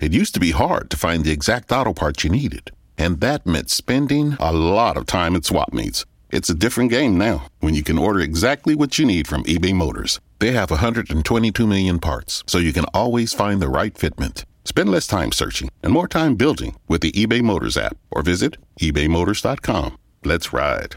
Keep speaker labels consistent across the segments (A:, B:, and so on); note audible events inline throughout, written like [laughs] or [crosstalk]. A: It used to be hard to find the exact auto parts you needed, and that meant spending a lot of time at swap meets. It's a different game now when you can order exactly what you need from eBay Motors. They have 122 million parts, so you can always find the right fitment. Spend less time searching and more time building with the eBay Motors app or visit ebaymotors.com. Let's ride.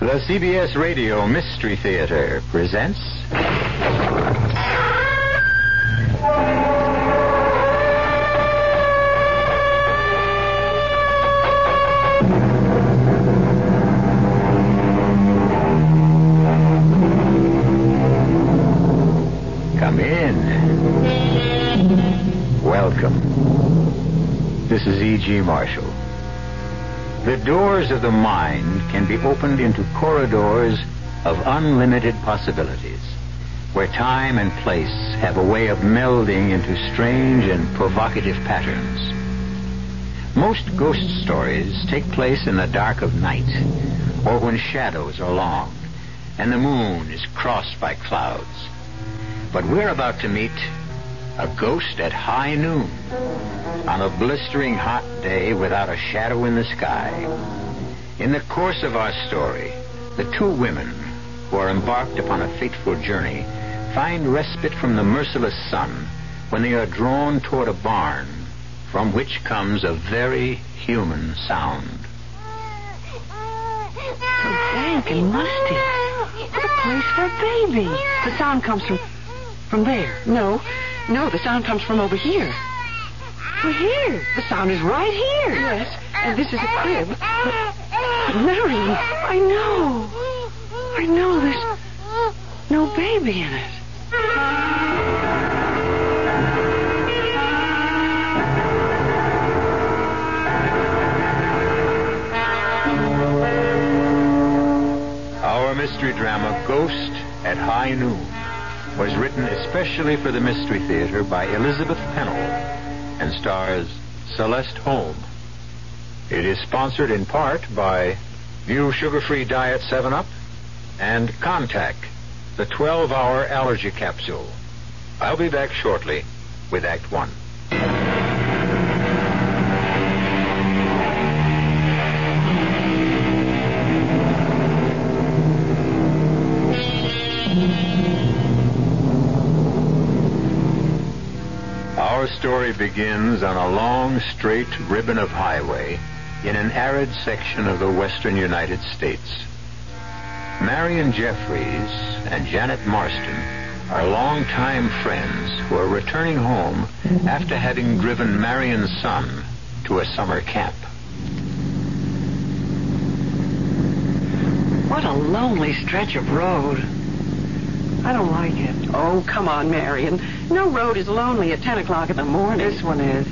B: The CBS Radio Mystery Theater presents. Come in. Welcome. This is E.G. Marshall. The doors of the mind can be opened into corridors of unlimited possibilities, where time and place have a way of melding into strange and provocative patterns. Most ghost stories take place in the dark of night, or when shadows are long and the moon is crossed by clouds. But we're about to meet a ghost at high noon on a blistering hot day without a shadow in the sky. In the course of our story, the two women who are embarked upon a fateful journey find respite from the merciless sun when they are drawn toward a barn from which comes a very human sound.
C: So dank and musty. What a place for a baby. The sound comes from from there. No, no, the sound comes from over here. We're here. The sound is right here. Yes, and this is a crib. But, but Marion, I know. I know there's no baby in it.
B: Our mystery drama, Ghost at High Noon, was written especially for the Mystery Theater by Elizabeth Pennell and stars Celeste Holm. It is sponsored in part by View Sugar Free Diet 7 Up and Contact, the 12 hour allergy capsule. I'll be back shortly with Act 1. Our story begins on a long, straight ribbon of highway in an arid section of the western United States. Marion Jeffries and Janet Marston are longtime friends who are returning home after having driven Marion's son to a summer camp.
C: What a lonely stretch of road. I don't like it. Oh, come on, Marion. No road is lonely at 10 o'clock in the morning. This one is.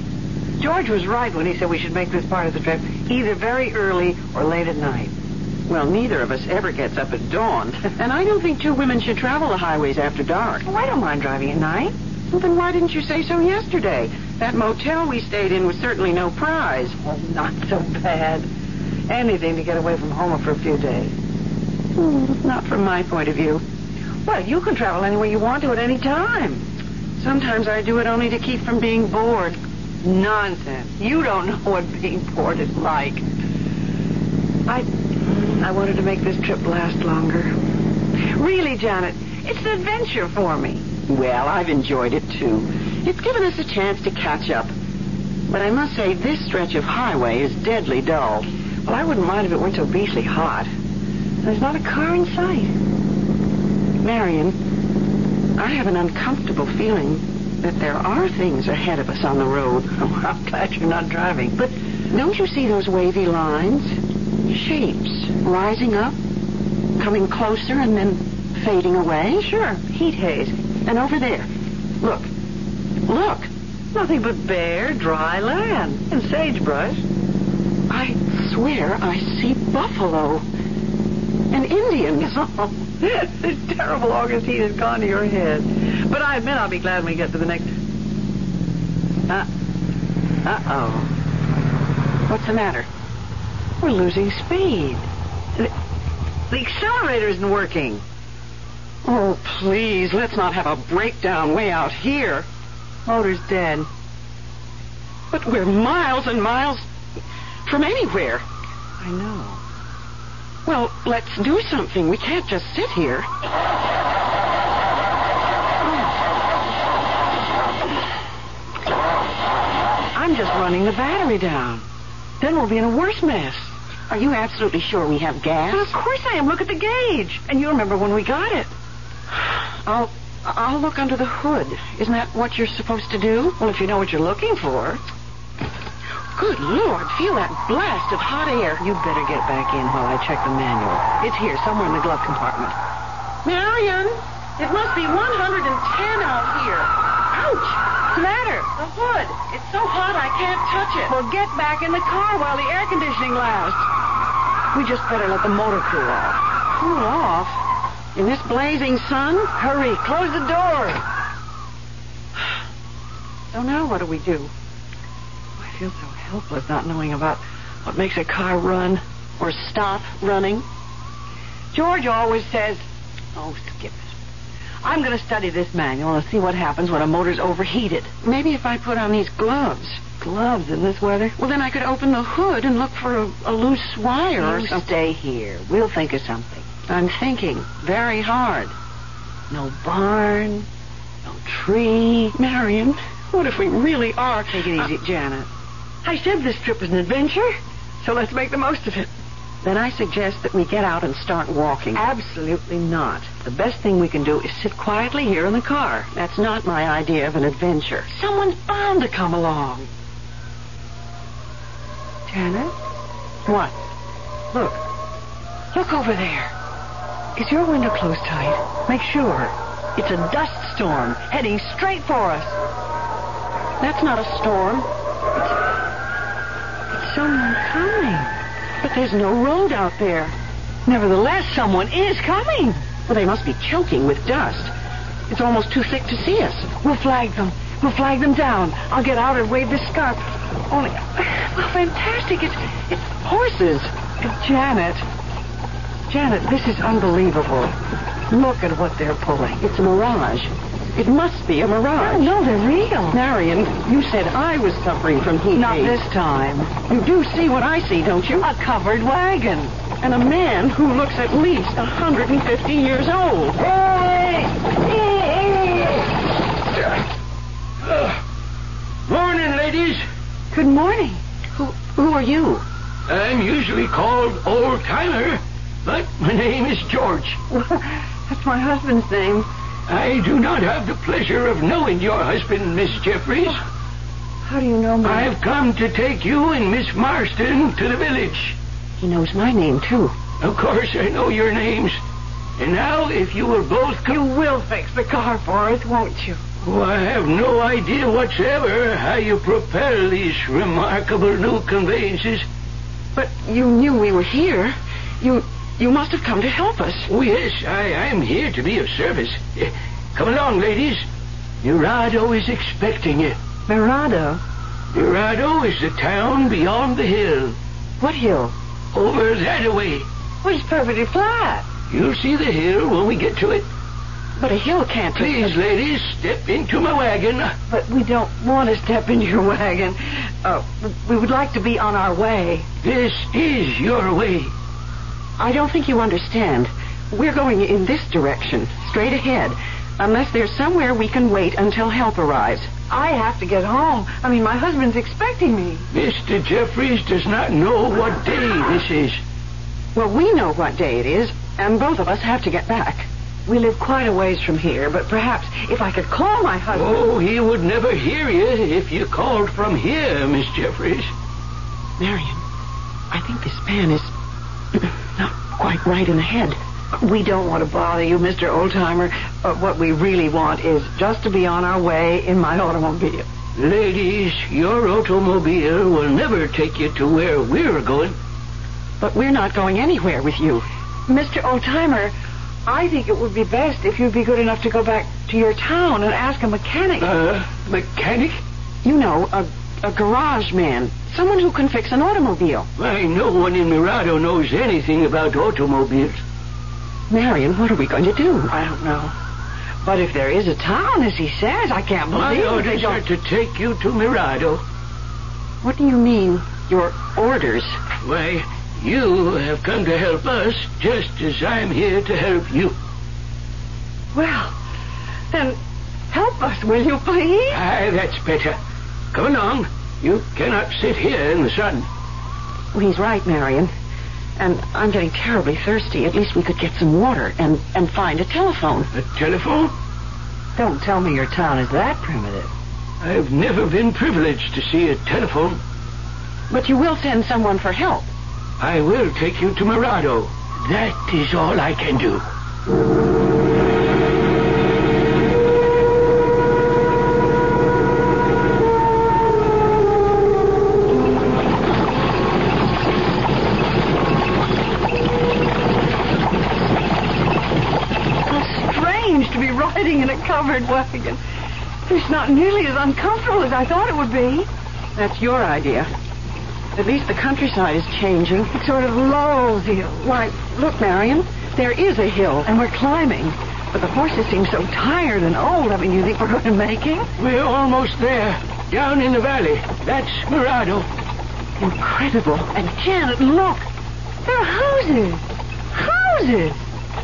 C: George was right when he said we should make this part of the trip either very early or late at night. Well, neither of us ever gets up at dawn. [laughs] and I don't think two women should travel the highways after dark. Oh, I don't mind driving at night. Well, then why didn't you say so yesterday? That motel we stayed in was certainly no prize. Well, not so bad. Anything to get away from home for a few days. Hmm, not from my point of view. Well, you can travel anywhere you want to at any time. Sometimes I do it only to keep from being bored. Nonsense. You don't [laughs] know what being bored is like. I I wanted to make this trip last longer. Really, Janet, it's an adventure for me. Well, I've enjoyed it too. It's given us a chance to catch up. But I must say this stretch of highway is deadly dull. Well, I wouldn't mind if it weren't so beastly hot. There's not a car in sight. Marion, I have an uncomfortable feeling that there are things ahead of us on the road. [laughs] Oh, I'm glad you're not driving. But don't you see those wavy lines? Shapes rising up, coming closer, and then fading away? Sure. Heat haze. And over there. Look. Look. Nothing but bare, dry land and sagebrush. I swear I see buffalo and [laughs] Indians. Oh, this terrible August heat has gone to your head. But I admit I'll be glad when we get to the next. Uh oh. What's the matter? We're losing speed. The, the accelerator isn't working. Oh, please, let's not have a breakdown way out here. Motor's dead. But we're miles and miles from anywhere. I know. Well, let's do something. We can't just sit here. I'm just running the battery down. Then we'll be in a worse mess. Are you absolutely sure we have gas? of course I am. Look at the gauge. And you remember when we got it. I'll I'll look under the hood. Isn't that what you're supposed to do? Well, if you know what you're looking for. Good Lord, feel that blast of hot air. You better get back in while I check the manual. It's here, somewhere in the glove compartment. Marion, it must be 110 out here. Ouch! What's the matter? The hood. It's so hot I can't touch it. Well, get back in the car while the air conditioning lasts. We just better let the motor cool off. Cool off? In this blazing sun? Hurry, close the door. So now what do we do? I feel so helpless not knowing about what makes a car run or stop running. George always says, Oh, skip it. I'm going to study this manual and see what happens when a motor's overheated. Maybe if I put on these gloves. Gloves in this weather? Well, then I could open the hood and look for a, a loose wire or
D: You
C: something.
D: stay here. We'll think of something.
C: I'm thinking very hard. No barn, no Oh, tree. Marion, what if we really are? Uh,
D: Take it easy, Janet.
C: I said this trip is an adventure, so let's make the most of it.
D: Then I suggest that we get out and start walking.
C: Absolutely not. The best thing we can do is sit quietly here in the car.
D: That's not my idea of an adventure.
C: Someone's bound to come along. Janet? What? Look. Look over there. Is your window closed tight? Make sure. It's a dust storm heading straight for us. That's not a storm. It's, it's someone coming. But there's no road out there. Nevertheless, someone is coming. Well, they must be choking with dust. It's almost too thick to see us. We'll flag them. We'll flag them down. I'll get out and wave this scarf. Only, well, fantastic. It's, it's horses. Janet. Janet, this is unbelievable. Look at what they're pulling. It's a mirage. It must be a mirage. No, they're real. Marion, you said I was suffering from heat. Not
D: wave.
C: this time. You do see what I see, don't you? A covered wagon. And a man who looks at least 150 years old.
B: Morning, ladies.
C: Good morning. Who, who are you?
B: I'm usually called Old Timer, but my name is George.
C: That's my husband's name.
B: I do not have the pleasure of knowing your husband, Miss Jeffries.
C: How do you know my...
B: I've come to take you and Miss Marston to the village.
C: He knows my name, too.
B: Of course, I know your names. And now, if you will both come.
C: You will fix the car for us, won't you?
B: Oh, I have no idea whatsoever how you propel these remarkable new conveyances.
C: But you knew we were here. You you must have come to help us.
B: Oh, yes, I, I'm here to be of service. Eh, Come along, ladies. Nerado is expecting you.
C: Merado?
B: Nerado is the town beyond the hill.
C: What hill?
B: Over that way.
C: Well, it's perfectly flat.
B: You'll see the hill when we get to it.
C: But a hill can't be-
B: Please, ladies, step into my wagon.
C: But we don't want to step into your [laughs] wagon. Uh, we would like to be on our way.
B: This is your way.
C: I don't think you understand. We're going in this direction, straight ahead. Unless there's somewhere we can wait until help arrives. I have to get home. I mean, my husband's expecting me.
B: Mr. Jeffries does not know what day this is.
C: Well, we know what day it is, and both of us have to get back. We live quite a ways from here, but perhaps if I could call my husband.
B: Oh, he would never hear you if you called from here, Miss Jeffries.
C: Marion, I think this man is [clears throat] not quite right in the head. We don't want to bother you, Mr. Oldtimer. Uh, what we really want is just to be on our way in my automobile.
B: Ladies, your automobile will never take you to where we're going.
C: But we're not going anywhere with you.
E: Mr. Oldtimer, I think it would be best if you'd be good enough to go back to your town and ask a mechanic.
B: Uh, mechanic?
C: You know, a, a garage man. Someone who can fix an automobile.
B: Why, no one in Mirado knows anything about automobiles.
C: Marion, what are we going to do?
E: I don't know. But if there is a town, as he says, I can't
B: My
E: believe it. they
B: orders are
E: don't.
B: to take you to Mirado.
C: What do you mean, your orders?
B: Why, you have come to help us just as I'm here to help you.
E: Well, then help us, will you, please?
B: Aye, that's better. Come along. You cannot sit here in the sun.
C: Well, he's right, Marion. And I'm getting terribly thirsty. At least we could get some water and, and find a telephone.
B: A telephone?
E: Don't tell me your town is that primitive.
B: I've never been privileged to see a telephone.
C: But you will send someone for help.
B: I will take you to Mirado. That is all I can do.
E: How strange to be riding in a covered wagon. It's not nearly as uncomfortable as I thought it would be.
C: That's your idea. At least the countryside is changing.
E: It sort of lulls you.
C: Why, look, Marion, there is a hill.
E: And we're climbing. But the horses seem so tired and old. I mean, you think we're going to make it?
B: We're almost there. Down in the valley. That's Mirado.
C: Incredible.
E: And Janet, look. There are houses. Houses.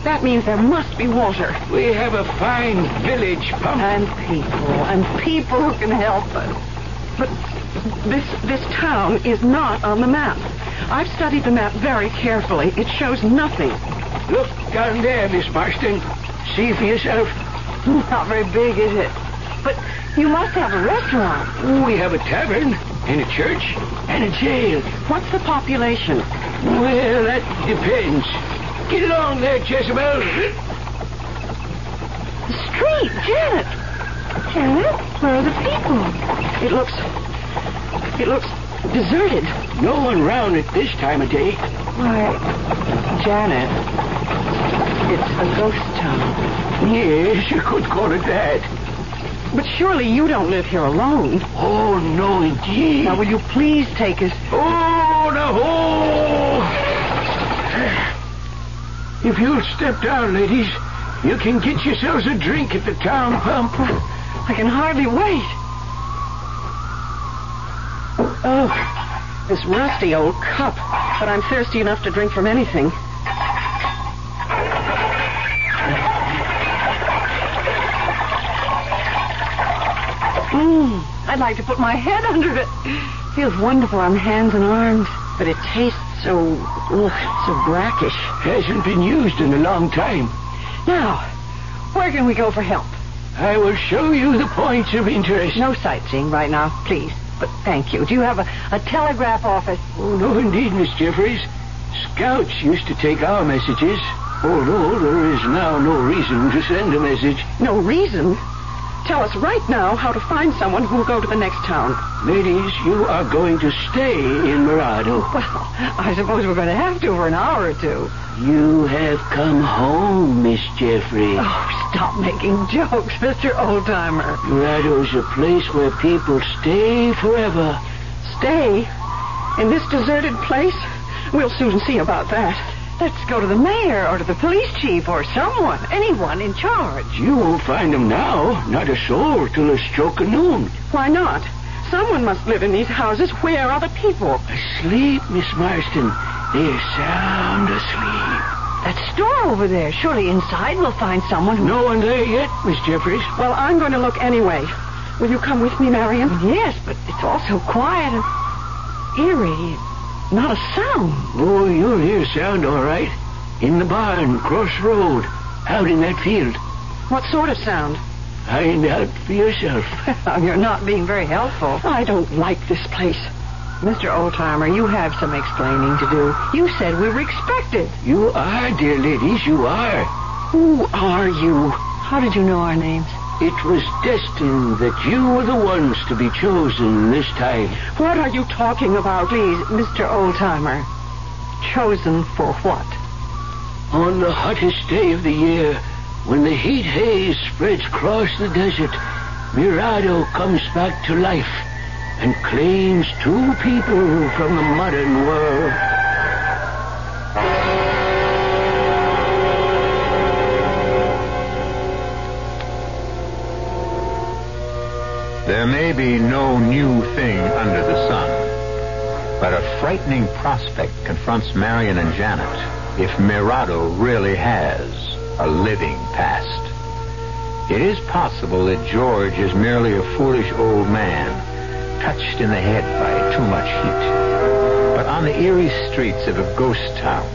C: That means there must be water.
B: We have a fine village pump.
C: And people. And people who can help us. But this this town is not on the map. I've studied the map very carefully. It shows nothing.
B: Look down there, Miss Marston. See for
C: [laughs]
B: yourself.
E: Not very big, is it? But you must have a restaurant.
B: We have a tavern and a church and a jail.
C: What's the population?
B: Well, that depends. Get along there, Jezebel.
E: The street, Janet. Janet, where are the people?
C: It looks it looks deserted.
B: No one round at this time of day.
C: Why, Janet, it's a ghost town.
B: Yes, you could call it that.
C: But surely you don't live here alone.
B: Oh, no, indeed.
C: Now, will you please take us?
B: Oh, now, oh! If you'll step down, ladies, you can get yourselves a drink at the town pump.
C: I can hardly wait. Oh, this rusty old cup. But I'm thirsty enough to drink from anything. Mmm, I'd like to put my head under it. Feels wonderful on hands and arms. But it tastes so, ugh, so brackish.
B: Hasn't been used in a long time.
C: Now, where can we go for help?
B: I will show you the points of interest.
C: No sightseeing right now, please. But thank you. Do you have a, a telegraph office?
B: Oh, no, indeed, Miss Jeffries. Scouts used to take our messages, although there is now no reason to send a message.
C: No reason. Tell us right now how to find someone who will go to the next town.
B: Ladies, you are going to stay in Mirado.
C: Well, I suppose we're going to have to for an hour or two.
B: You have come home, Miss Jeffrey.
C: Oh, stop making jokes, Mr. Oldtimer.
B: Mirado's a place where people stay forever.
C: Stay in this deserted place? We'll soon see about that. Let's go to the mayor or to the police chief or someone, anyone in charge.
B: You won't find them now, not a soul till the stroke of noon.
C: Why not? Someone must live in these houses. Where are the people?
B: Asleep, Miss Marston. They're sound asleep.
C: That store over there. Surely inside we'll find someone who.
B: No one there yet, Miss Jeffries.
C: Well, I'm going to look anyway. Will you come with me, Marion? Yes, but it's all so quiet and eerie. Not a sound.
B: Oh, you'll hear sound all right. In the barn, cross road, out in that field.
C: What sort of sound?
B: Find out for
C: [laughs]
B: yourself.
C: You're not being very helpful. I don't like this place. Mr. Oldtimer, you have some explaining to do. You said we were expected.
B: You are, dear ladies, you are.
C: Who are you? How did you know our names? It was destined that you were the ones to be chosen this time.
F: What are you talking about? Please, Mr. Oldtimer. Chosen for what?
C: On the hottest day of the year, when the heat haze spreads across the desert, Mirado comes back to life and claims two people from the modern world.
B: There may be no new thing under the sun, but a frightening prospect confronts Marion and Janet if Mirado really has a living past. It is possible that George is merely a foolish old man, touched in the head by too much heat. But on the eerie streets of a ghost town,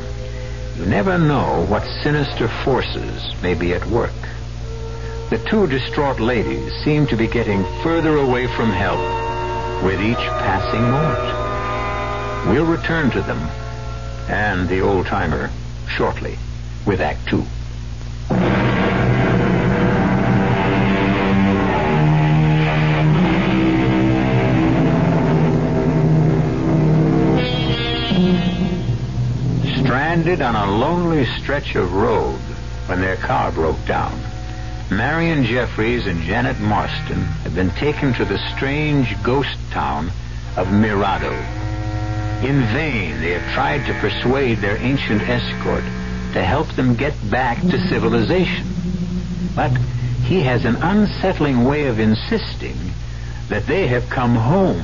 B: you never know what sinister forces may be at work. The two distraught ladies seem to be getting further away from help with each passing moment. We'll return to them and the old timer shortly with Act Two. Stranded on a lonely stretch of road when their car broke down, Marion Jeffries and Janet Marston have been taken to the strange ghost town of Mirado. In vain, they have tried to persuade their ancient escort to help them get back to civilization. But he has an unsettling way of insisting that they have come home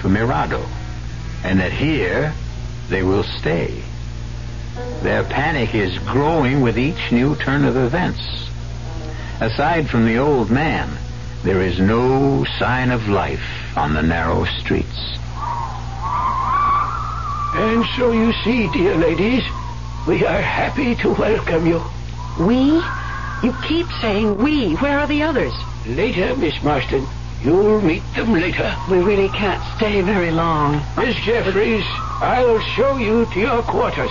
B: to Mirado and that here they will stay. Their panic is growing with each new turn of events. Aside from the old man, there is no sign of life on the narrow streets.
C: And so you see, dear ladies, we are happy to welcome you.
F: We? You keep saying we. Where are the others?
C: Later, Miss Marston, you'll meet them later.
F: We really can't stay very long.
C: Miss Jeffries, I'll show you to your quarters.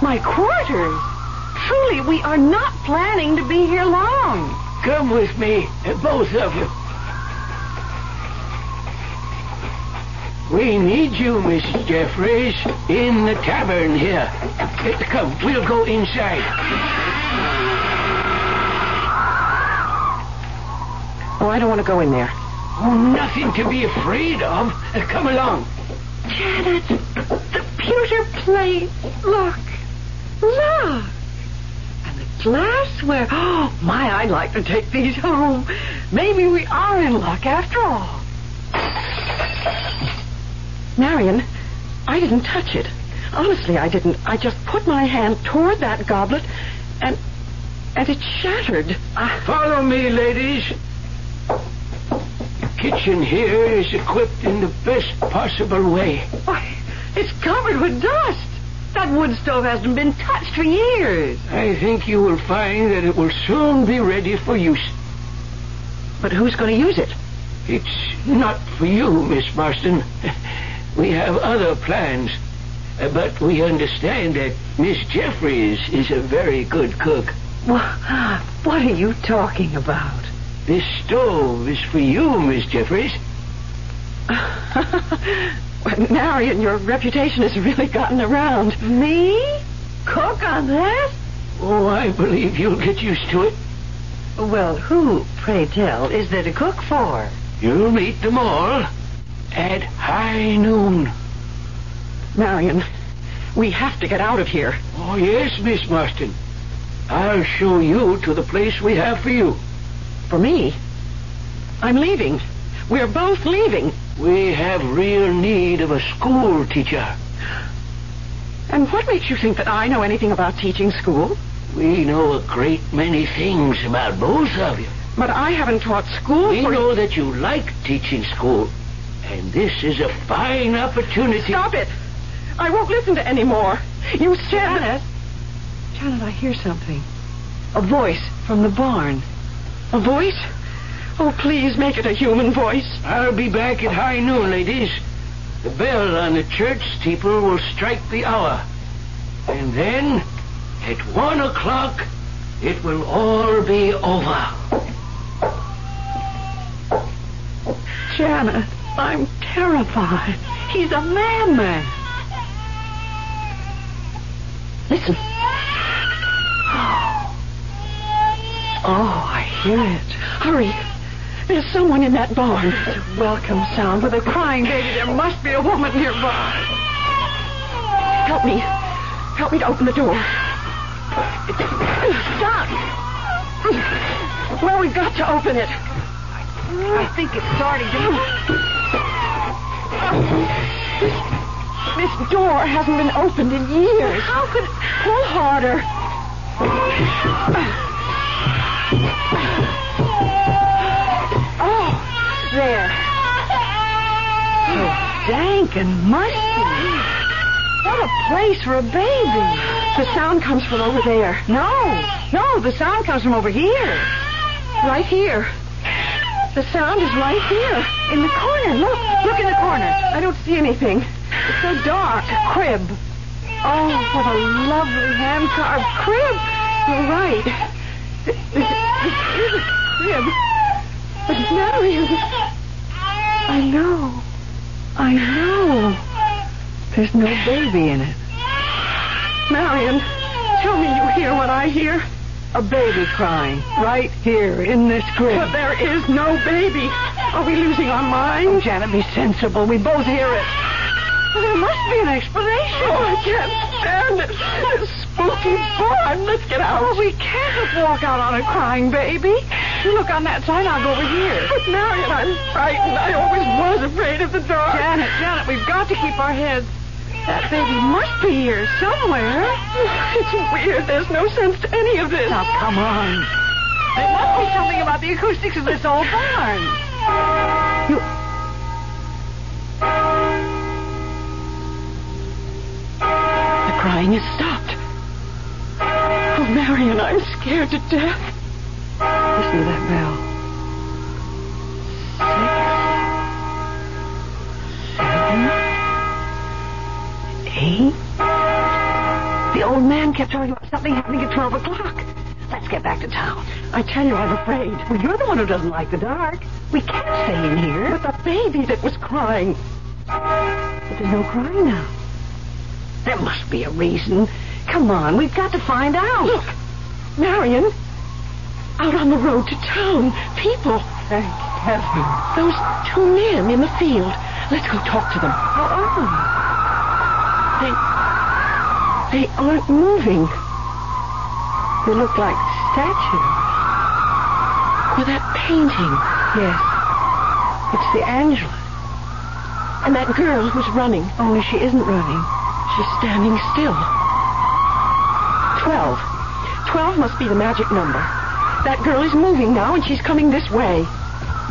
F: My quarters? Truly, we are not planning to be here long.
C: Come with me, both of you. We need you, Miss Jeffries, in the tavern here. Eh, Come, we'll go inside.
F: Oh, I don't want to go in there.
C: Oh, nothing to be afraid of. Eh, Come along.
F: Janet, the pewter plate. Look. Look. And the glassware. Oh, my, I'd like to take these home. Maybe we are in luck after all. Marion, I didn't touch it. Honestly, I didn't. I just put my hand toward that goblet and. and it shattered. I,
C: Follow me, ladies. The kitchen here is equipped in the best possible way.
F: why, it's covered with dust. That wood stove hasn't been touched for years.
C: I think you will find that it will soon be ready for use.
F: But who's going to use it?
C: It's not for you, Miss Marston. We have other plans. Uh, But we understand that Miss Jeffries is a very good cook.
F: Wha- What are you talking about? [laughs]
C: This stove is for you, Miss Jeffries.
F: Marion, your reputation has really gotten around. Me? Cook on this?
C: Oh, I believe you'll get used to it.
F: Well, who, pray tell, is there to cook for?
C: You'll meet them all at high noon.
F: Marion, we have to get out of here.
C: Oh, yes, Miss Marston. I'll show you to the place we have for you.
F: For me? I'm leaving. We're both leaving.
C: We have real need of a school teacher.
F: And what makes you think that I know anything about teaching school?
C: We know a great many things about both of you.
F: But I haven't taught school
C: We
F: for...
C: know that you like teaching school, and this is a fine opportunity.
F: Stop it! I won't listen to any more. You said Janet. Janet, I hear something. A voice from the barn. A voice? Oh, please make it a human voice.
C: I'll be back at high noon, ladies. The bell on the church steeple will strike the hour. And then, at one o'clock, it will all be over.
F: Janet, I'm terrified. He's a madman. Listen. Oh, I hear it. Hurry. There's someone in that barn. It's a welcome sound with a crying baby. There must be a woman nearby. Help me. Help me to open the door. It's stuck. Well, we've got to open it. I think it's starting to. This, this door hasn't been opened in years. How could. Pull harder. Oh, there. So dank and musty. What a place for a baby. The sound comes from over there. No, no, the sound comes from over here. Right here. The sound is right here. In the corner. Look, look in the corner. I don't see anything. It's so dark. A crib. Oh, what a lovely hand carved crib. You're right. This, this, this is a crib. But Marion. I know. I know. There's no baby in it. Marion, tell me you hear what I hear. A baby crying right here in this crib. But there is no baby. Are we losing our minds? Janet, Oh, be sensible. We both hear it. there must be an explanation. Oh, I can't stand it. This spooky barn. Let's get out. Oh, we can't walk out on a crying baby. You look on that side. I'll go over here. But Marion, I'm frightened. I always was afraid of the dark. Janet, Janet, we've got to keep our heads. That baby must be here somewhere. It's weird. There's no sense to any of this. Now, come on. It must be something about the acoustics of this old barn. You. The crying has stopped. Oh, Marion, I'm scared to death. Listen to that bell. Six. Seven eight? The old man kept talking about something happening at 12 o'clock. Let's get back to town. I tell you, I'm afraid. Well, you're the one who doesn't like the dark. We can't stay in here. But the baby that was crying. But there's no crying now. There must be a reason. Come on, we've got to find out. Look, Marion, out on the road to town, people. Thank heaven. Those two men in the field. Let's go talk to them. Go on. They, they aren't moving. They look like statues. Or that painting. Yes. It's the Angela. And that girl who's running. Only she isn't running. She's standing still. Twelve. Twelve must be the magic number. That girl is moving now and she's coming this way.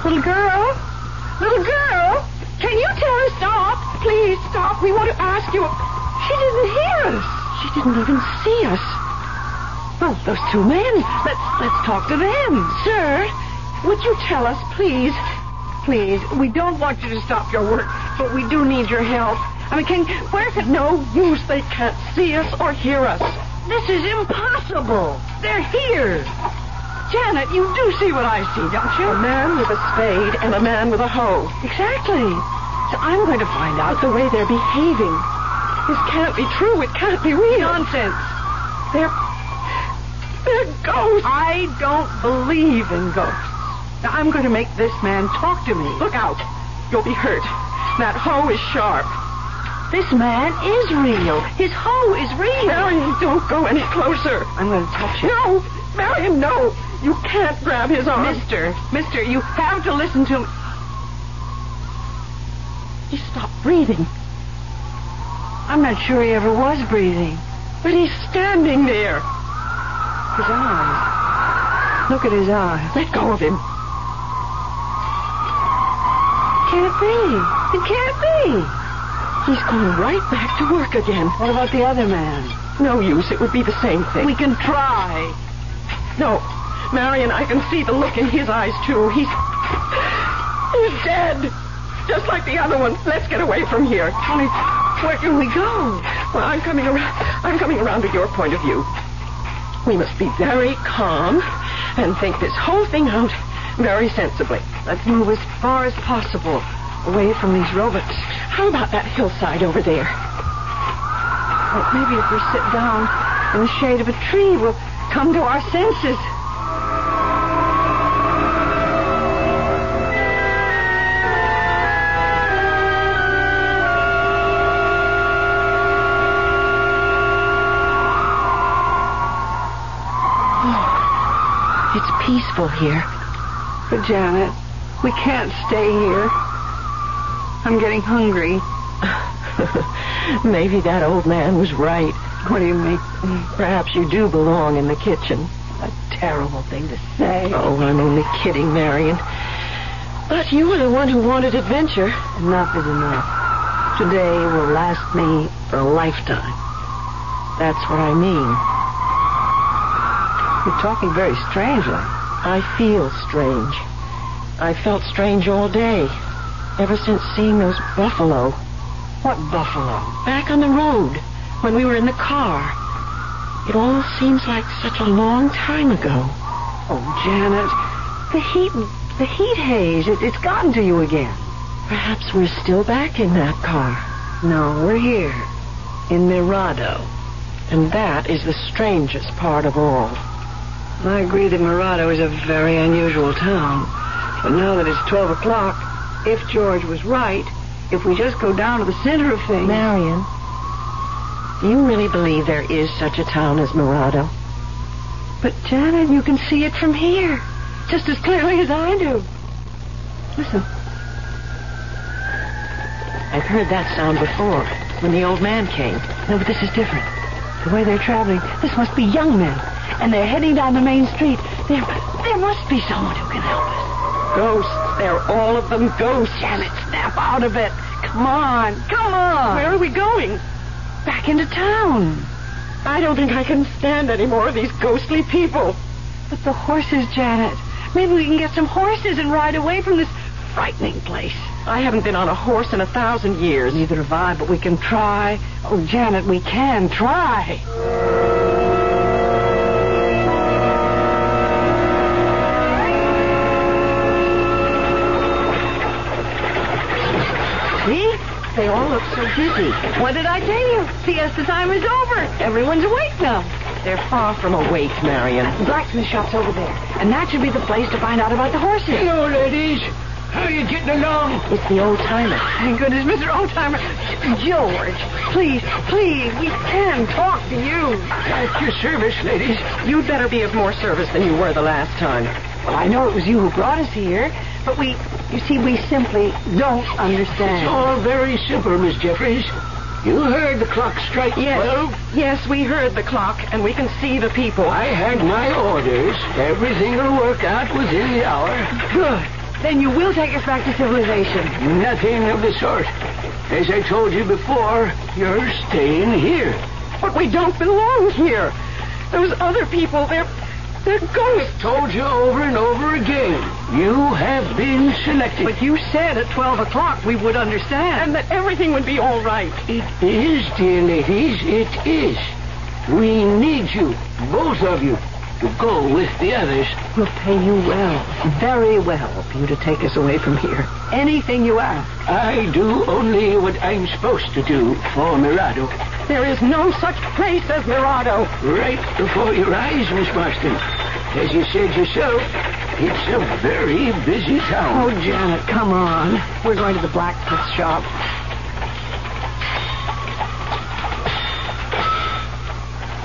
F: Little girl? Little girl? Can you tell her stop? Please stop. We want to ask you. She didn't hear us. She didn't even see us. Well, those two men. Let's let's talk to them. Sir, would you tell us, please? Please, we don't want you to stop your work, but we do need your help. I mean, can where can no use? They can't see us or hear us. This is impossible. They're here. Janet, you do see what I see, don't you? A man with a spade and a man with a hoe. Exactly. So I'm going to find out the way they're behaving. This can't be true. It can't be real. Nonsense. They're they're ghosts. I don't believe in ghosts. Now I'm going to make this man talk to me. Look out. You'll be hurt. That hoe is sharp. This man is real. His hoe is real. Marion, don't go any closer. I'm going to touch him. No, Marion, no. You can't grab his arm. Mister, mister, you have to listen to me. He stopped breathing. I'm not sure he ever was breathing. But he's standing there. His eyes. Look at his eyes. Let go of him. Can't be. It can't be. He's going right back to work again. What about the other man? No use. It would be the same thing. We can try. No, Marion, I can see the look in his eyes, too. He's. He's dead. Just like the other one. Let's get away from here. Tony, where can we go? Well, I'm coming around. I'm coming around to your point of view. We must be very calm and think this whole thing out very sensibly. Let's move as far as possible away from these robots. How about that hillside over there? Well, maybe if we sit down in the shade of a tree, we'll come to our senses. Oh, It's peaceful here.
G: But, Janet, we can't stay here. I'm getting hungry.
F: [laughs] Maybe that old man was right. What do you mean? Perhaps you do belong in the kitchen. A terrible thing to say. Oh, I'm only kidding, Marion. But you were the one who wanted adventure. Enough is enough. Today will last me for a lifetime. That's what I mean. You're talking very strangely. I feel strange. I felt strange all day, ever since seeing those buffalo. What buffalo? Back on the road, when we were in the car. It all seems like such a long time ago. Oh, Janet, the heat, the heat haze, it, it's gotten to you again. Perhaps we're still back in that car. No, we're here, in Mirado. And that is the strangest part of all. I agree that Murado is a very unusual town. But now that it's 12 o'clock, if George was right, if we just go down to the center of things. Marion, do you really believe there is such a town as Murado? But, Janet, you can see it from here, just as clearly as I do. Listen. I've heard that sound before, when the old man came. No, but this is different. The way they're traveling, this must be young men. And they're heading down the main street. There, there must be someone who can help us. Ghosts. They're all of them ghosts. Janet, snap out of it. Come on. Come on. Where are we going? Back into town. I don't think I can stand any more of these ghostly people. But the horses, Janet. Maybe we can get some horses and ride away from this frightening place. I haven't been on a horse in a thousand years. Neither have I, but we can try. Oh, Janet, we can try. See? They all look so busy. What did I tell you? Siesta time is over. Everyone's awake now. They're far from awake, Marion. Blacksmith shop's over there. And that should be the place to find out about the horses.
C: Hello, ladies. How you getting along?
F: It's the old timer. Thank goodness, Mr. Old Timer. George, please, please, we can talk to you.
C: At your service, ladies.
F: You'd better be of more service than you were the last time. Well, I know it was you who brought us here, but we, you see, we simply don't
C: It's
F: understand.
C: all very simple, Miss Jeffries. You heard the clock strike twelve.
F: yes, we heard the clock, and we can see the people.
C: I had my orders. Everything will work out within the hour.
F: Good. Then you will take us back to civilization.
C: Nothing of the sort. As I told you before, you're staying here.
F: But we don't belong here. Those other people, they're, they're ghosts.
C: Told you over and over again. You have been selected.
F: But you said at 12 o'clock we would understand. And that everything would be all right.
C: It is, dear ladies, it is. We need you, both of you, to go with the others.
F: We'll pay you well, very well, for you to take us away from here. Anything you ask.
C: I do only what I'm supposed to do for Mirado.
F: There is no such place as Mirado.
C: Right before your eyes, Miss Marston. As you said yourself, it's a very busy
F: Oh,
C: town.
F: Janet, come on. We're going to the blacksmith shop.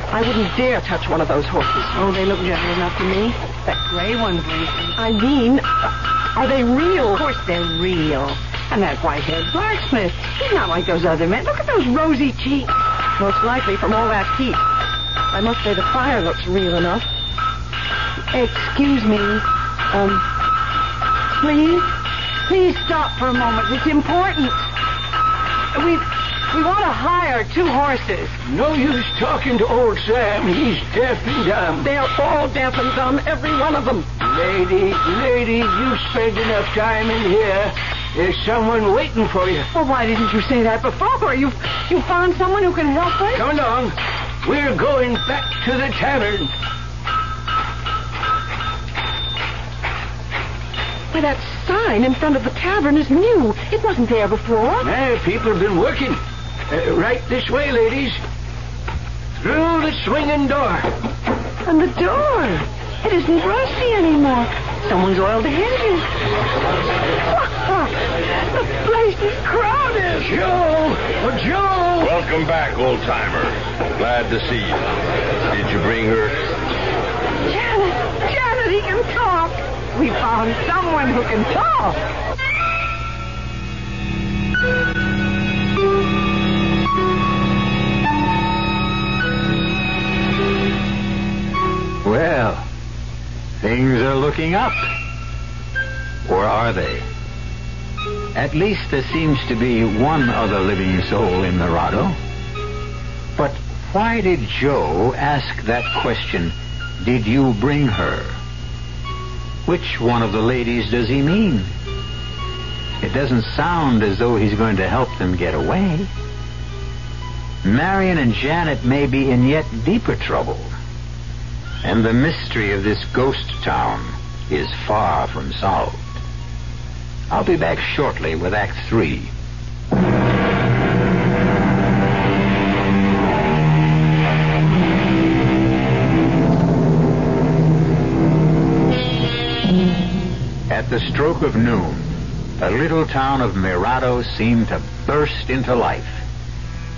F: I wouldn't dare touch one of those horses. Oh, they look gentle enough to me. That gray one, for instance. I mean, are they real? Of course they're real. And that white-haired blacksmith, he's not like those other men. Look at those rosy cheeks. Most likely from all that heat. I must say the fire looks real enough. Excuse me. Um, Please, please stop for a moment. It's important. We we want to hire two horses.
C: No use talking to old Sam. He's deaf and dumb.
F: They're all deaf and dumb, every one of them.
C: Lady, lady, you spend enough time in here. There's someone waiting for you.
F: Well, why didn't you say that before? You you found someone who can help us?
C: Come along. We're going back to the tavern.
F: Why, that sign in front of the tavern is new. It wasn't there before.
C: Hey, people have been working. Uh, right this way, ladies. Through the swinging door.
F: And the door. It isn't rusty anymore. Someone's oiled the hinges. the place is crowded.
C: Joe! Oh, Joe!
H: Welcome back, old timer. Glad to see you. Did you bring her?
F: Janet, Janet, he can talk. We found someone who can talk.
B: Well, things are looking up. Or are they? At least there seems to be one other living soul in Nerado. But why did Joe ask that question, did you bring her? Which one of the ladies does he mean? It doesn't sound as though he's going to help them get away. Marion and Janet may be in yet deeper trouble. And the mystery of this ghost town is far from solved. I'll be back shortly with Act Three. At the stroke of noon, the little town of Mirado seemed to burst into life.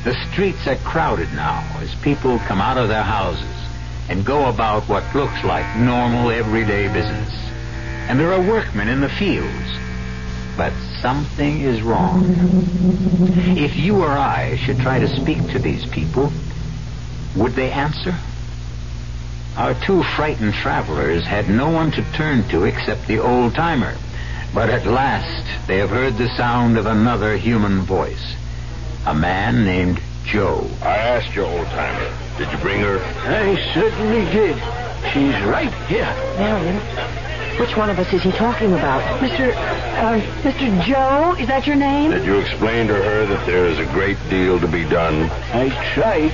B: The streets are crowded now as people come out of their houses and go about what looks like normal everyday business. And there are workmen in the fields. But something is wrong. If you or I should try to speak to these people, would they answer? Our two frightened travelers had no one to turn to except the old timer. But at last, they have heard the sound of another human voice. A man named Joe.
H: I asked you, old timer. Did you bring her?
C: I certainly did. She's right here.
F: Marion, which one of us is he talking about? Mr. Uh, Mr. Joe? Is that your name?
H: Did you explain to her that there is a great deal to be done?
C: I tried.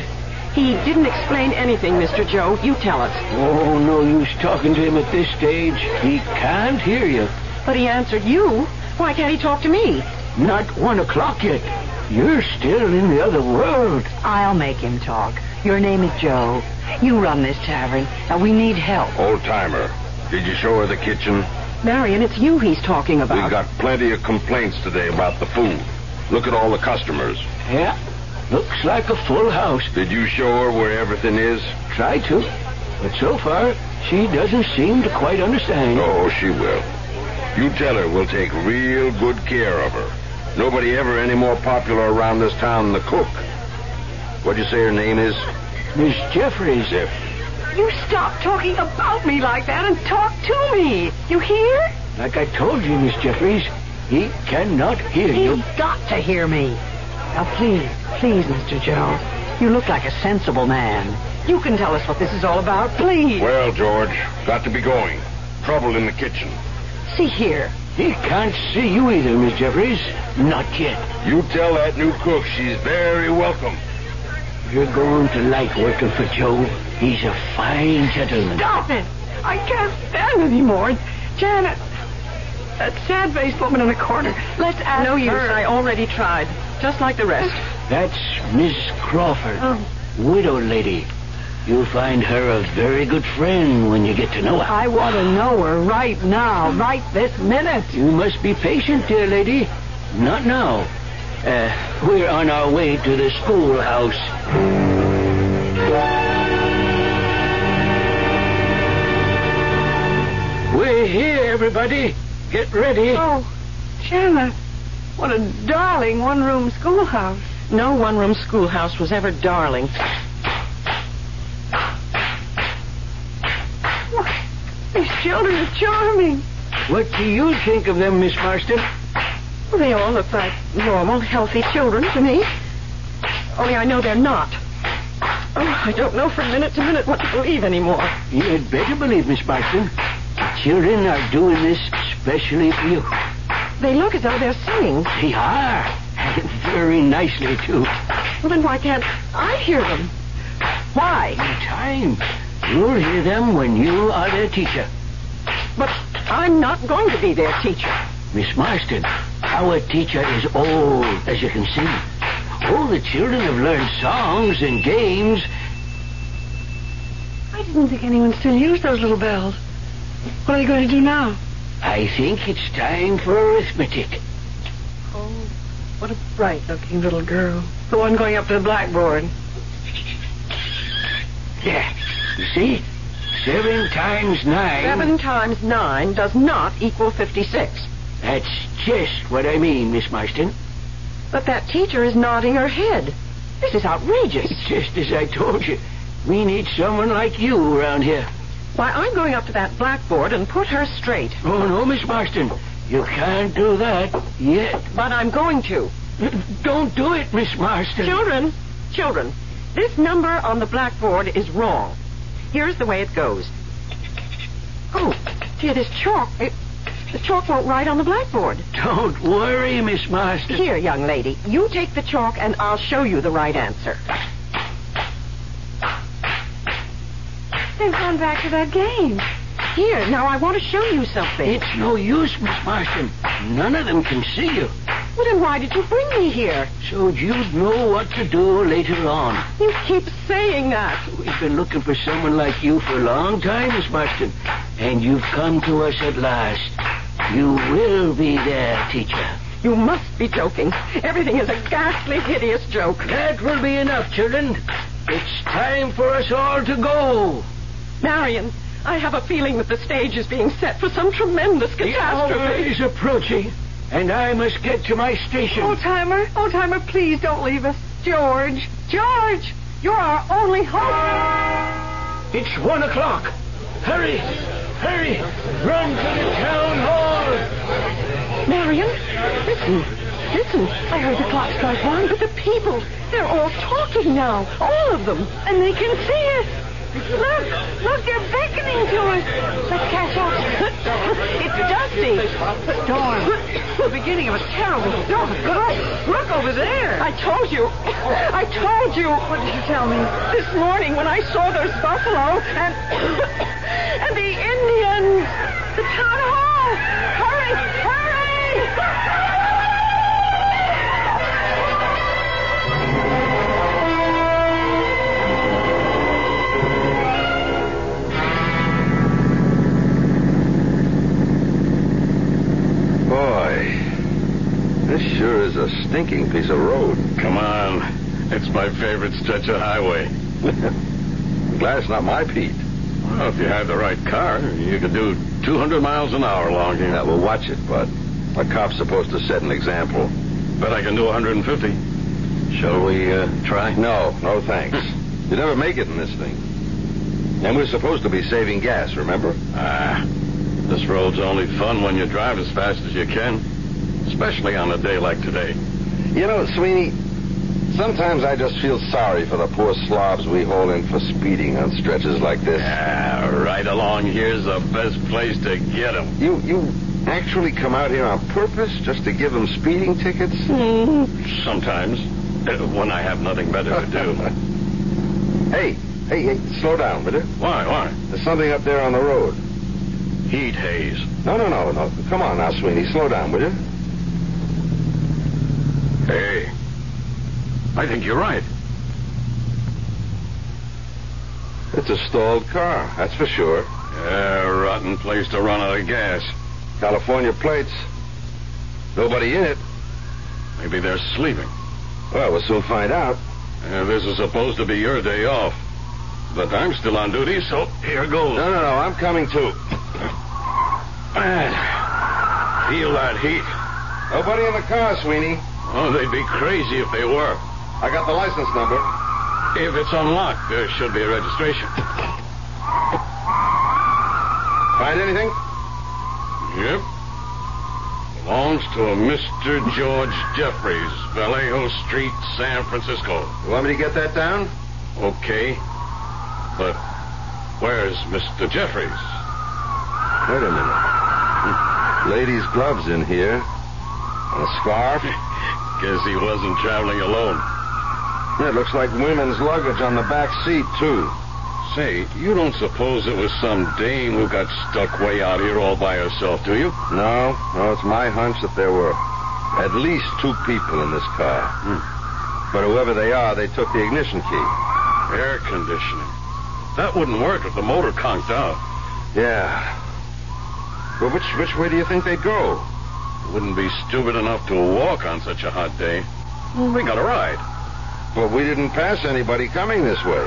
G: He didn't explain anything, Mr. Joe. You tell us.
C: Oh, no use talking to him at this stage. He can't hear you.
G: But he answered you. Why can't he talk to me?
C: Not one o'clock yet. You're still in the other world.
F: I'll make him talk. Your name is Joe. You run this tavern, and we need help.
H: Old timer, did you show her the kitchen?
G: Marion, it's you he's talking about.
H: We've got plenty of complaints today about the food. Look at all the customers.
C: Yeah. Looks like a full house.
H: Did you show her where everything is?
C: Try to. But so far, she doesn't seem to quite understand.
H: Oh, she will. You tell her we'll take real good care of her. Nobody ever any more popular around this town than the cook. What'd you say her name is?
C: Miss Jeffries.
H: Jeff.
F: You stop talking about me like that and talk to me. You hear?
C: Like I told you, Miss Jeffries, he cannot hear you.
F: He's got to hear me. Now, please, please, Mr. Joe. You look like a sensible man. You can tell us what this is all about, please.
H: Well, George, got to be going. Trouble in the kitchen.
F: See here.
C: He can't see you either, Miss Jeffries. Not yet.
H: You tell that new cook she's very welcome.
C: You're going to like working for Joe. He's a fine gentleman.
G: Stop it! I can't stand anymore. Janet, that sad-faced woman in the corner. Let's ask No use. I already tried, just like the rest.
C: That's Miss Crawford,
G: Oh.
C: widow lady. You'll find her a very good friend when you get to know her.
G: I want to know her right now, right this minute.
C: You must be patient, dear lady. Not now. Uh, we're on our way to the schoolhouse. We're here, everybody. Get ready.
G: Oh, Janet, what a darling one-room schoolhouse. No one-room schoolhouse was ever darling. These children are charming.
C: What do you think of them, Miss Marston?
G: Well, They all look like normal, healthy children to me. Only I know they're not. Oh, I don't know from minute to minute what to believe anymore.
C: You'd better believe, Miss Marston. The children are doing this specially for you.
G: They look as though they're singing.
C: They are. [laughs] And very nicely, too.
G: Well, then why can't I hear them? Why?
C: In time, you'll hear them when you are their teacher.
G: But
F: I'm not going to be their teacher.
I: Miss Marston, our teacher is old, as you can see. All the children have learned songs and games.
J: I didn't think anyone still used those little bells. What are they going to do now?
I: I think it's time for arithmetic.
J: Oh, what a bright looking little girl. The one going up to the blackboard.
I: There. You see? Seven times nine.
F: Seven times nine does not equal 56.
I: That's just what I mean, Miss Marston.
F: But that teacher is nodding her head. This is outrageous.
I: It's just as I told you. We need someone like you around here.
F: Why, I'm going up to that blackboard and put her straight.
I: Oh, no, Miss Marston. You can't do that yet.
F: But I'm going to.
I: [clears throat] Don't do it, Miss Marston.
F: Children, children, this number on the blackboard is wrong. Here's the way it goes. Oh, dear, this chalk. It, the chalk won't write on the blackboard.
I: Don't worry, Miss Marston.
F: Here, young lady, you take the chalk and I'll show you the right answer.
J: They've gone back to that game.
F: Here, now I want to show you something.
I: It's no use, Miss Marston. None of them can see you.
F: Well, then why did you bring me here?
I: So you'd know what to do later on.
F: You keep saying that.
I: We've been looking for someone like you for a long time, Miss Marston. And you've come to us at last. You will be there, teacher.
F: You must be joking. Everything is a ghastly, hideous joke.
I: That will be enough, children. It's time for us all to go.
F: Marion, I have a feeling that the stage is being set for some tremendous
I: The hour
F: catastrophe.
I: is approaching, and I must get to my station.
J: Old timer, old timer, please don't leave us. George, George, you're our only hope.
I: It's one o'clock. Hurry, hurry, run to the town hall.
F: Marion, listen, listen. I heard the clock strike one, but the people, they're all talking now. All of them.
J: And they can see us. Look, look, they're beckoning to us. Let's catch up.
F: [laughs] It's dusty. [laughs] Storm. The beginning of a terrible storm. Look, look over there. I told you. [laughs] I told you. What did you tell me? This morning when I saw those buffalo and [coughs] and the Indians. The town hall. Hurry, hurry.
C: Boy, this sure is a stinking piece of road. Come on. It's my favorite stretch of [laughs] highway. Glad it's not my Pete. Well, if you had the right car, you could do 200 miles an hour along here. Yeah, well, watch it, bud. A cop's supposed to set an example. Bet I can do 150. Shall we uh, try? No, no [laughs] thanks. you never make it in this thing. And we're supposed to be saving gas, remember? Ah, this road's only fun when you drive as fast as you can, especially on a day like today. You know, Sweeney, sometimes I just feel sorry for the poor slobs we haul in for speeding on stretches like this. Yeah, Ah, right along here's the best place to get them. You, you actually come out here on purpose just to give them speeding tickets? Hmm, Sometimes, [laughs] when I have nothing better to do. [laughs] Hey, hey, hey, slow down, will you? Why, why? There's something up there on the road. Heat haze. No, no, no, no. Come on now, Sweeney. Slow down, will you? Hey, I think you're right. It's a stalled car, that's for sure. Yeah, rotten place to run out of gas. California plates. Nobody in it. Maybe they're sleeping. Well, we'll soon find out. this is supposed to be your day off. But I'm still on duty, so here goes. No, no, no. I'm coming too. Man, feel that heat. Nobody in the car, Sweeney. Oh, they'd be crazy if they were. I got the license number. If it's unlocked, there should be a registration. Find anything? Yep. Belongs to a Mr. George Jeffries, Vallejo Street, San Francisco. You want me to get that down? Okay. But where's Mr. Jeffries? Wait a minute. Lady's gloves in here. And a scarf. [laughs] Guess he wasn't traveling alone. Yeah, it looks like women's luggage on the back seat, too. Say, you don't suppose it was some dame who got stuck way out here all by herself, do you? No, no, it's my hunch that there were at least two people in this car. But whoever they are, they took the ignition key. Air conditioning. That wouldn't work if the motor conked out. Yeah. Well, which which way do you think they'd go? Wouldn't be stupid enough to walk on such a hot day. We got a ride. But we didn't pass anybody coming this way.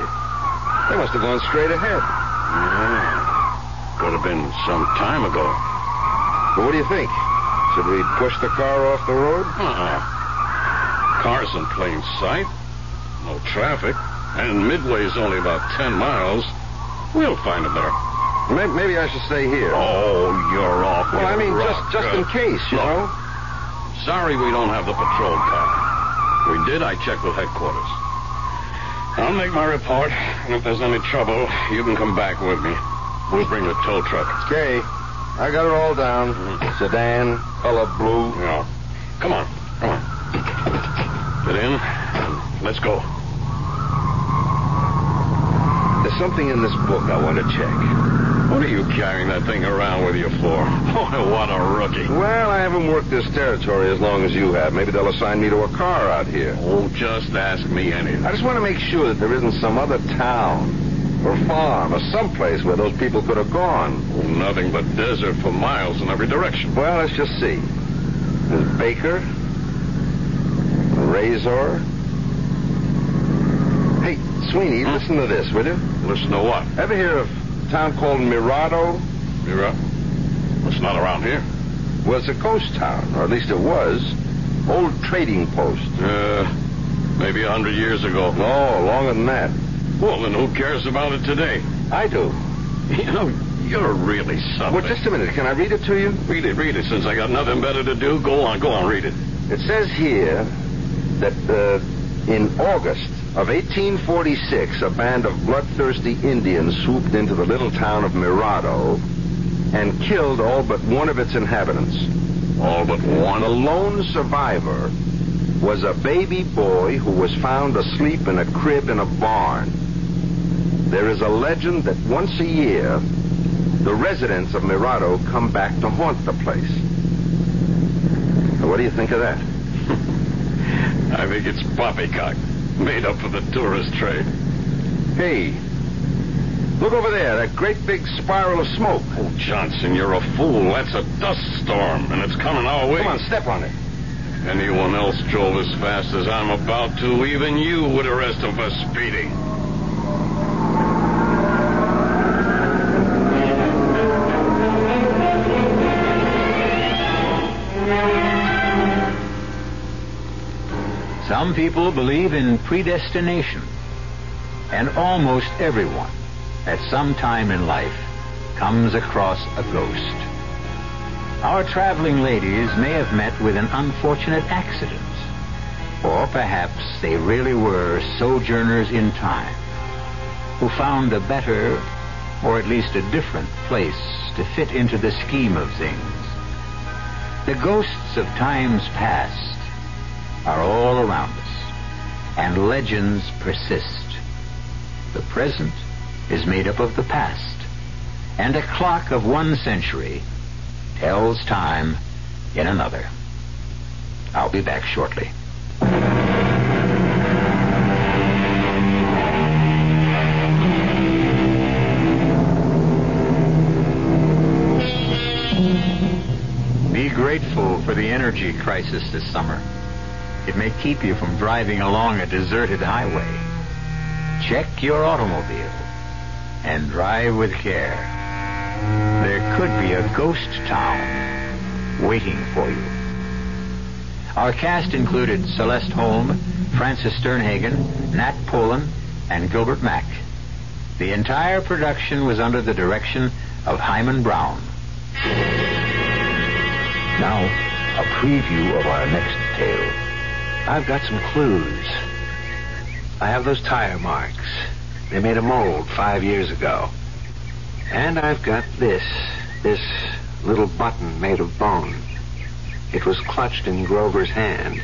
C: They must have gone straight ahead. Yeah. Could have been some time ago. But what do you think? Should we push the car off the road? Uh-uh. Car's in plain sight. No traffic. And Midway's only about ten miles. We'll find a better. Maybe, I should stay here. Oh, you're off. Well, I mean, just just in case, you know. Sorry we don't have the patrol car. We did. I checked with headquarters. I'll make my report, and if there's any trouble, you can come back with me. We'll bring the tow truck. Hmm. Hmm. Okay. I got it all down. Sedan, color blue. Yeah. Come on. Come on. Get in. and Let's go. There's something in this book I want to check. What are you carrying that thing around with you for? [laughs] Oh, what a rookie. Well, I haven't worked this territory as long as you have. Maybe they'll assign me to a car out here. Oh, just ask me anything. I just want to make sure that there isn't some other town or farm or someplace where those people could have gone. Oh, nothing but desert for miles in every direction. Well, let's just see. There's Baker, Razor, Hey, Sweeney, listen to this, will you? Hmm? Listen to what? Ever hear of a town called Mirado? Mirado? It's not around here. Well, it's a coast town, or at least it was. Old trading post. Uh, maybe a hundred years ago. No, longer than that. Well, then who cares about it today? I do. [laughs] You know, you're really something. Well, just a minute. Can I read it to you? Read it, read it. Since I got nothing better to do, go on, go on, read it. It says here that uh, in August of 1846, a band of bloodthirsty Indians swooped into the little town of Mirado and killed all but one of its inhabitants. All but one? The lone survivor was a baby boy who was found asleep in a crib in a barn. There is a legend that once a year, the residents of Mirado come back to haunt the place. Now, what do you think of that? [laughs] I think it's poppycock, made up for the tourist trade. Hey, look over there, that great big spiral of smoke. Oh, Johnson, you're a fool. That's a dust storm, and it's coming our way. Come on, step on it. If anyone else drove as fast as I'm about to, even you would arrest him for speeding.
B: Some people believe in predestination. And almost everyone, at some time in life, comes across a ghost. Our traveling ladies may have met with an unfortunate accident. Or perhaps they really were sojourners in time who found a better, or at least a different, place to fit into the scheme of things. The ghosts of times past are all around us, and legends persist. The present is made up of the past, and a clock of one century tells time in another. I'll be back shortly. Be grateful for the energy crisis this summer. It may keep you from driving along a deserted highway. Check your automobile and drive with care. There could be a ghost town waiting for you. Our cast included Celeste Holm, Francis Sternhagen, Nat Polan, and Gilbert Mack. The entire production was under the direction of Hyman Brown. Now, a preview of our next tale.
K: I've got some clues. I have those tire marks. They made a mold five years ago. And I've got this. This little button made of bone. It was clutched in Grover's hand.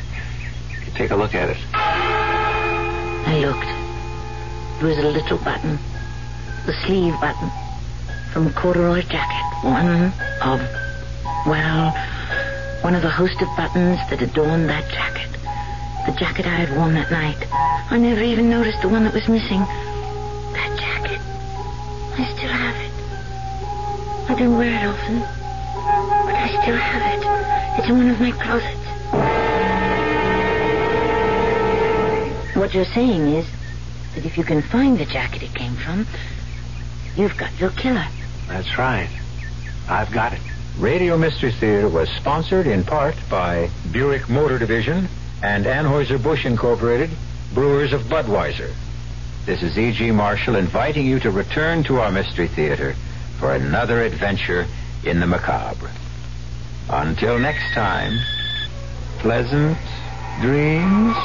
K: Take a look at it.
F: I looked. It was a little button. the sleeve button from a corduroy jacket. One of, well, one of a host of buttons that adorned that jacket. The jacket I had worn that night. I never even noticed the one that was missing. That jacket. I still have it. I don't wear it often, but I still have it. It's in one of my closets. What you're saying is that if you can find the jacket it came from, you've got your killer.
B: That's right. I've got it. Radio Mystery Theater was sponsored in part by Buick Motor Division and Anheuser-Busch Incorporated, Brewers of Budweiser. This is E.G. Marshall inviting you to return to our Mystery Theater for another adventure in the macabre. Until next time, pleasant dreams.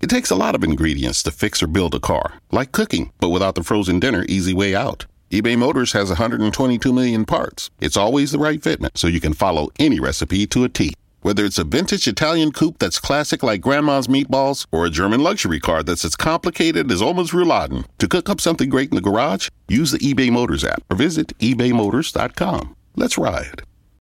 A: It takes a lot of ingredients to fix or build a car, like cooking, but without the frozen dinner easy way out. eBay Motors has 122 million parts. It's always the right fitment, so you can follow any recipe to a T. Whether it's a vintage Italian coupe that's classic like grandma's meatballs, or a German luxury car that's as complicated as Oma's rouladen, to cook up something great in the garage, use the eBay Motors app or visit ebaymotors.com. Let's ride.